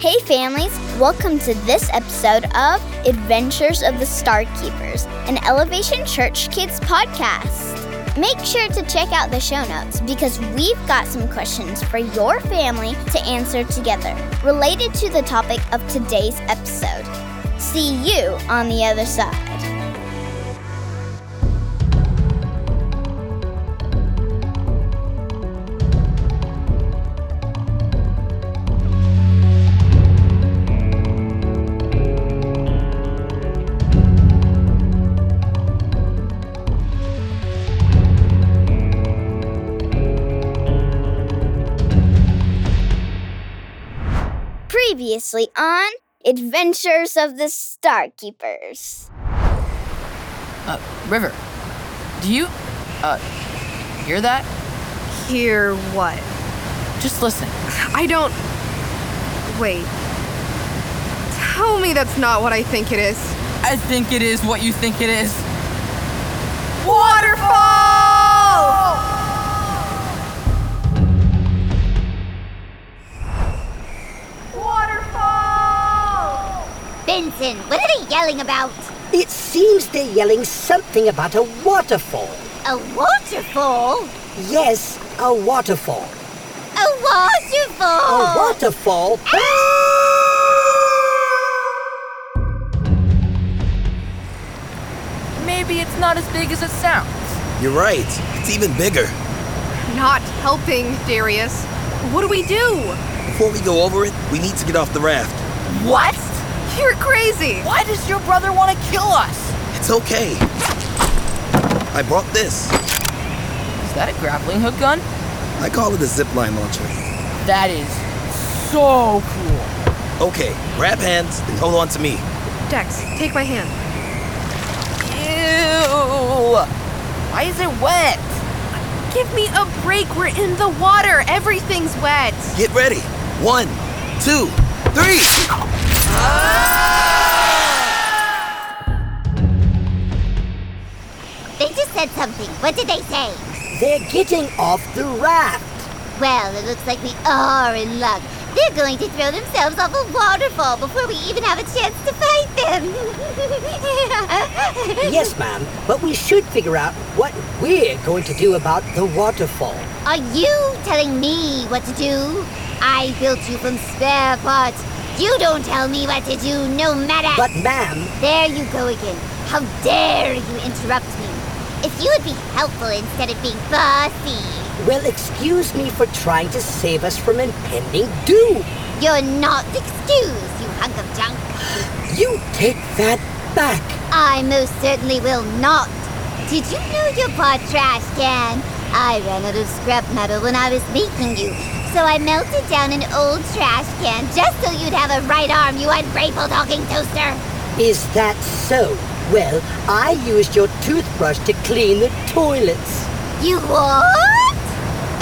Hey, families, welcome to this episode of Adventures of the Star Keepers, an Elevation Church Kids podcast. Make sure to check out the show notes because we've got some questions for your family to answer together related to the topic of today's episode. See you on the other side. Previously on Adventures of the Star Keepers. Uh, River, do you, uh, hear that? Hear what? Just listen. I don't. Wait. Tell me that's not what I think it is. I think it is what you think it is. Waterfall! Benson, what are they yelling about? It seems they're yelling something about a waterfall. A waterfall? Yes, a waterfall. A Oh, waterfall! A waterfall? Ah, Maybe it's not as big as it sounds. You're right. It's even bigger. Not helping, Darius. What do we do? Before we go over it, we need to get off the raft. What? You're crazy. Why does your brother want to kill us? It's okay. I brought this. Is that a grappling hook gun? I call it a zip line launcher. That is so cool. Okay, grab hands and hold on to me. Dex, take my hand. Ew! Why is it wet? Give me a break. We're in the water. Everything's wet. Get ready. One, two, three. They just said something. What did they say? They're getting off the raft. Well, it looks like we are in luck. They're going to throw themselves off a waterfall before we even have a chance to fight them. Yes, ma'am, but we should figure out what we're going to do about the waterfall. Are you telling me what to do? I built you from spare parts. You don't tell me what to do, no matter. But, ma'am, There you go again. How dare you interrupt me? If you would be helpful instead of being fussy. well, excuse me for trying to save us from impending doom. You're not excused, you hunk of junk. You take that back. I most certainly will not. Did you know your pot trash can? I ran out of scrap metal when I was making you, so I melted down an old trash can just so you'd have a right arm, you ungrateful talking toaster. Is that so? Well, I used your toothbrush to clean the toilets. You what?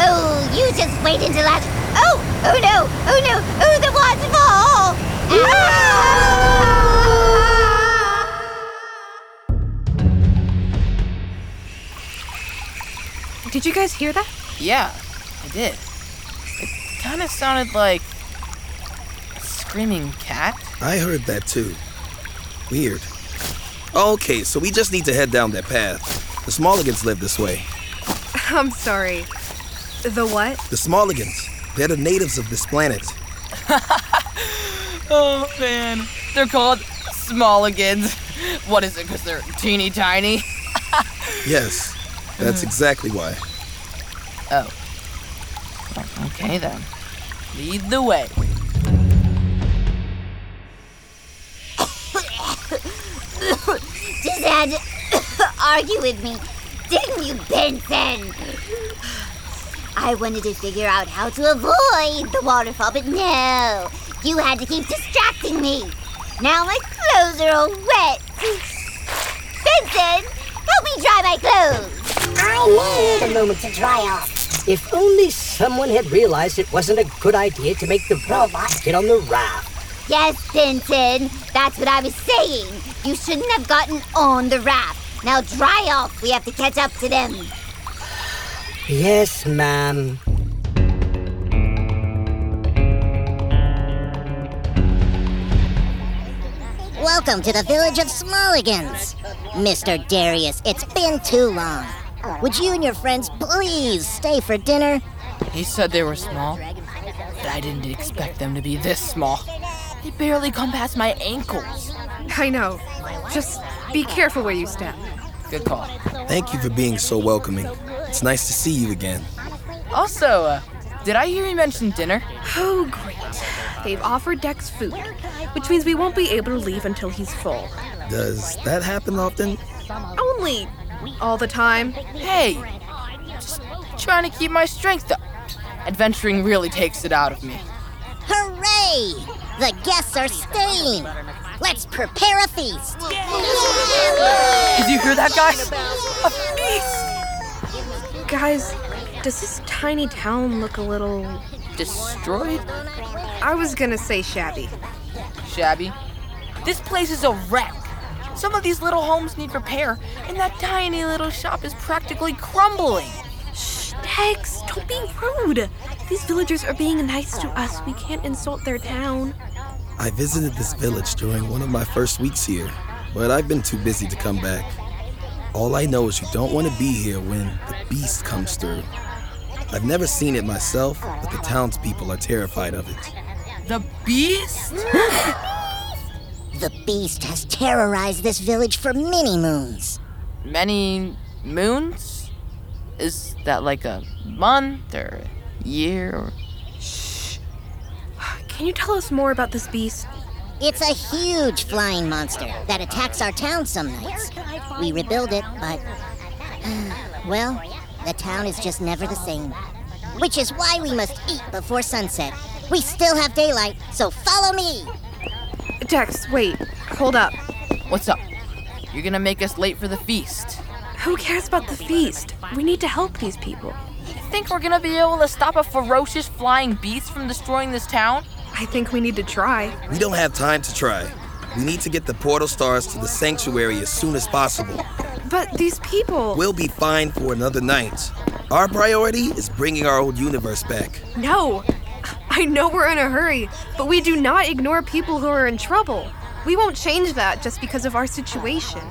Oh, you just wait until I. Oh, oh no, oh no, oh the waterfall! Ah! Did you guys hear that? Yeah, I did. It kind of sounded like a screaming cat. I heard that too. Weird. Okay, so we just need to head down that path. The Smolligans live this way. I'm sorry. The what? The Smolligans. They're the natives of this planet. Oh man, they're called Smolligans. What is it? Because they're teeny tiny. Yes, that's exactly why. Oh. Okay then. Lead the way. Just had to argue with me, didn't you, Benson? I wanted to figure out how to avoid the waterfall, but no. You had to keep distracting me. Now my clothes are all wet. Benson, help me dry my clothes. I need a moment to dry off. If only someone had realized it wasn't a good idea to make the robot get on the raft. Yes, Benson, that's what I was saying. You shouldn't have gotten on the raft. Now dry off. We have to catch up to them. Yes, ma'am. Welcome to the village of Smulligans. Mr. Darius, it's been too long. Would you and your friends please stay for dinner? He said they were small, but I didn't expect them to be this small. They barely come past my ankles. I know. Just be careful where you step. Good call. Thank you for being so welcoming. It's nice to see you again. Also, uh, did I hear you mention dinner? Oh, great. They've offered Dex food, which means we won't be able to leave until he's full. Does that happen often? Only. All the time. Hey, just trying to keep my strength up. Adventuring really takes it out of me. Hooray! The guests are staying. Let's prepare a feast. Did you hear that, guys? A feast! Guys, does this tiny town look a little. Destroyed? I was gonna say shabby. Shabby? This place is a wreck. Some of these little homes need repair, and that tiny little shop is practically crumbling. Shh, Dex, don't be rude. These villagers are being nice to us. We can't insult their town. I visited this village during one of my first weeks here, but I've been too busy to come back. All I know is you don't want to be here when the beast comes through. I've never seen it myself, but the townspeople are terrified of it. The beast? The beast has terrorized this village for many moons. Many moons? Is that like a month or a year? Or... Can you tell us more about this beast? It's a huge flying monster that attacks our town some nights. We rebuild it, but. well, the town is just never the same. Which is why we must eat before sunset. We still have daylight, so follow me! Dex, wait. Hold up. What's up? You're gonna make us late for the feast. Who cares about the feast? We need to help these people. Think we're gonna be able to stop a ferocious flying beast from destroying this town? I think we need to try. We don't have time to try. We need to get the portal stars to the sanctuary as soon as possible. But these people. We'll be fine for another night. Our priority is bringing our old universe back. No! I know we're in a hurry, but we do not ignore people who are in trouble. We won't change that just because of our situation.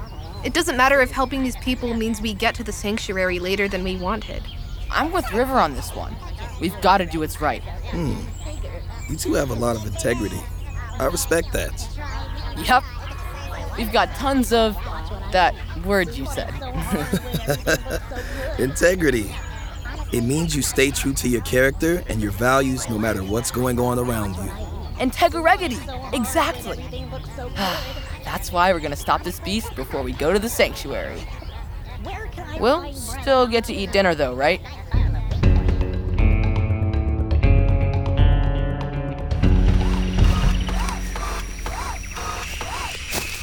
It doesn't matter if helping these people means we get to the sanctuary later than we wanted. I'm with River on this one. We've gotta do what's right. You two have a lot of integrity. I respect that. Yep. We've got tons of that word you said. Integrity. It means you stay true to your character and your values no matter what's going on around you. Integrity. Exactly. That's why we're gonna stop this beast before we go to the sanctuary. We'll still get to eat dinner though, right?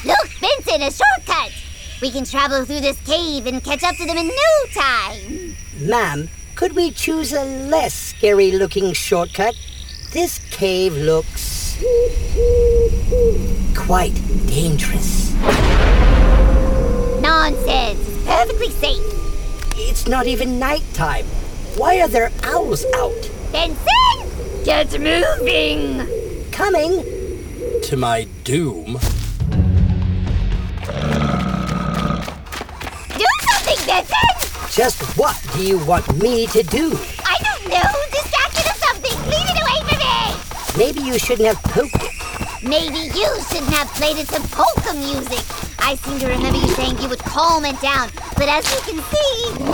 Look, Benson, a shortcut! We can travel through this cave and catch up to them in no time. Ma'am, could we choose a less scary looking shortcut? This cave looks. quite dangerous. Nonsense! It's perfectly safe. It's not even nighttime. Why are there owls out? Benson! Get moving! Coming! To my doom, Do something, Benson! Just what do you want me to do? I don't know! Distracted or something! Leave it away from me! Maybe you shouldn't have poked it. Maybe you shouldn't have played it some polka music. I seem to remember you saying you would calm it down, but as you can see,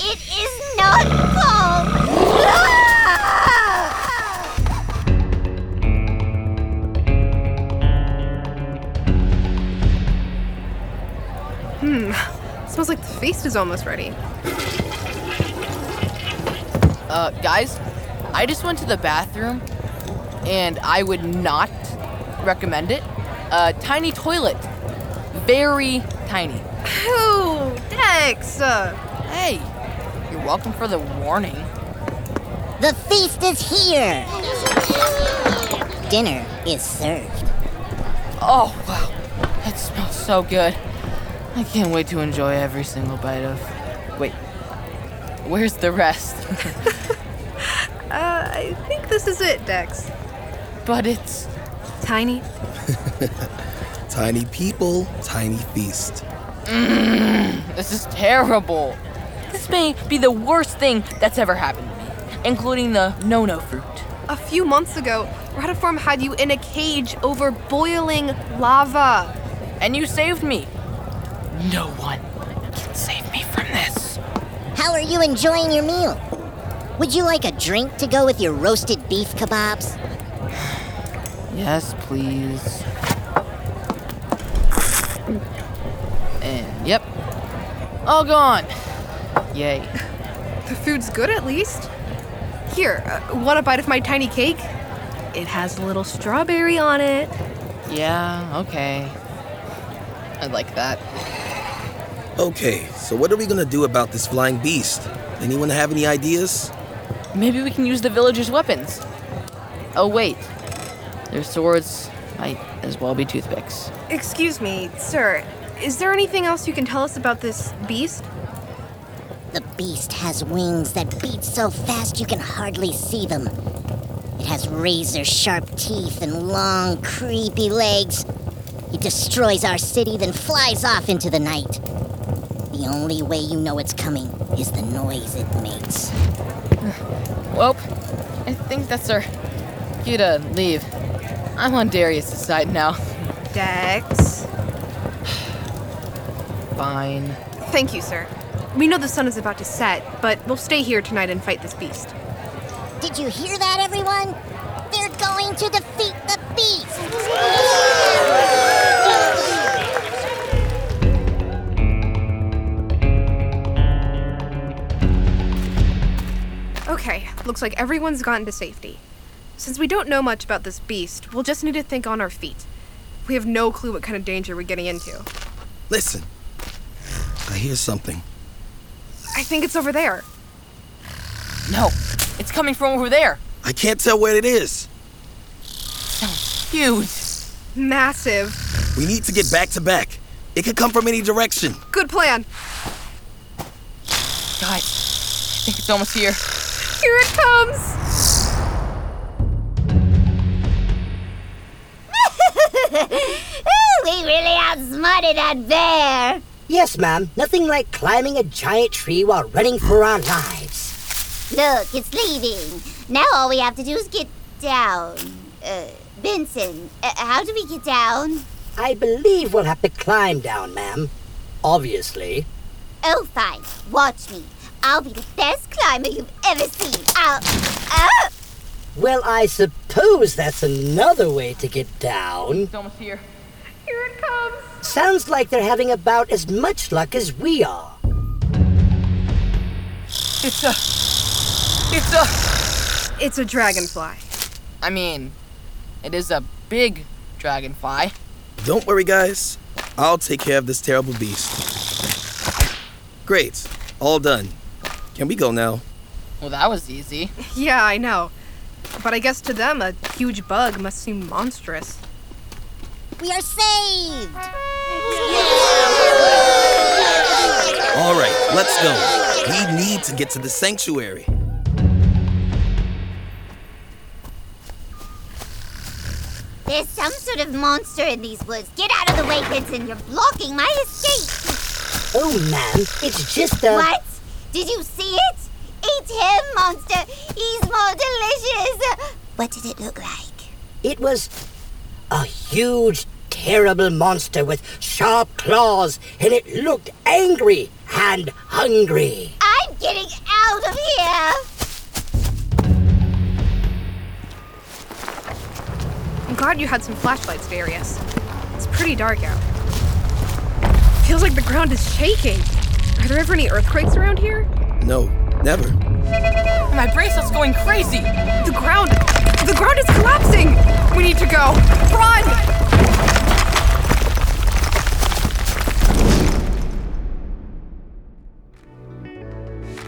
it is not calm! Ah! smells like the feast is almost ready. Uh, guys, I just went to the bathroom and I would not recommend it. A tiny toilet. Very tiny. Ooh, Dex! Uh, Hey, you're welcome for the warning. The feast is here! Dinner is served. Oh, wow. That smells so good. I can't wait to enjoy every single bite of. Wait. Where's the rest? uh, I think this is it, Dex. but it's Tiny? Tiny people, tiny feast. This is terrible. This may be the worst thing that's ever happened to me, including the no no fruit. A few months ago, Ratiform had you in a cage over boiling lava. And you saved me. No one can save me from this. How are you enjoying your meal? Would you like a drink to go with your roasted beef kebabs? Yes, please. And yep. All gone. Yay. The food's good at least. Here, uh, want a bite of my tiny cake? It has a little strawberry on it. Yeah, okay. I like that. Okay, so what are we gonna do about this flying beast? Anyone have any ideas? Maybe we can use the villagers' weapons. Oh, wait. Their swords might as well be toothpicks. Excuse me, sir. Is there anything else you can tell us about this beast? The beast has wings that beat so fast you can hardly see them. It has razor sharp teeth and long, creepy legs. It destroys our city, then flies off into the night. The only way you know it's coming is the noise it makes. Well, I think that's our cue to leave. I'm on Darius' side now. Dex. Fine. Thank you, sir. We know the sun is about to set, but we'll stay here tonight and fight this beast. Did you hear that, everyone? They're going to defeat the beast! Okay, looks like everyone's gotten to safety. Since we don't know much about this beast, we'll just need to think on our feet. We have no clue what kind of danger we're getting into. Listen, I hear something. I think it's over there. No, it's coming from over there. I can't tell what it is. Huge. Massive. We need to get back to back. It could come from any direction. Good plan. Guys, I think it's almost here. Here it comes. Ooh, we really outsmarted that bear. Yes, ma'am, nothing like climbing a giant tree while running for our lives. Look, it's leaving. Now all we have to do is get down. Uh, Benson, uh, how do we get down? I believe we'll have to climb down, ma'am. Obviously. Oh, fine. Watch me. I'll be the best climber you've ever seen. I'll. Oh! Well, I suppose that's another way to get down. It's almost here. Here it comes. Sounds like they're having about as much luck as we are. It's a. It's a. It's a dragonfly. I mean, it is a big dragonfly. Don't worry, guys. I'll take care of this terrible beast. Great, all done. Can we go now? Well, that was easy. Yeah, I know. But I guess to them, a huge bug must seem monstrous. We are saved! All right, let's go. We need to get to the sanctuary. There's some sort of monster in these woods. Get out of the way, Benson. You're blocking my escape. Oh, ma'am, it's just a. What? Did you see it? Eat him, monster. He's more delicious. What did it look like? It was a huge, terrible monster with sharp claws, and it looked angry and hungry. I'm getting out of here. I'm glad you had some flashlights, Darius. It's pretty dark out. Feels like the ground is shaking. Are there ever any earthquakes around here? No, never. My bracelet's going crazy. The ground. The ground is collapsing! We need to go. Run!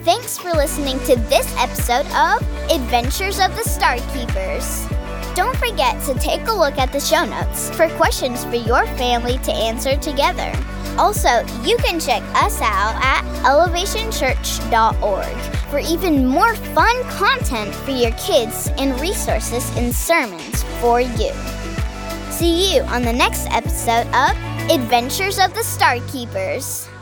Thanks for listening to this episode of Adventures of the Starkeepers. Don't forget to take a look at the show notes for questions for your family to answer together. Also, you can check us out at elevationchurch.org for even more fun content for your kids and resources and sermons for you. See you on the next episode of Adventures of the Starkeepers.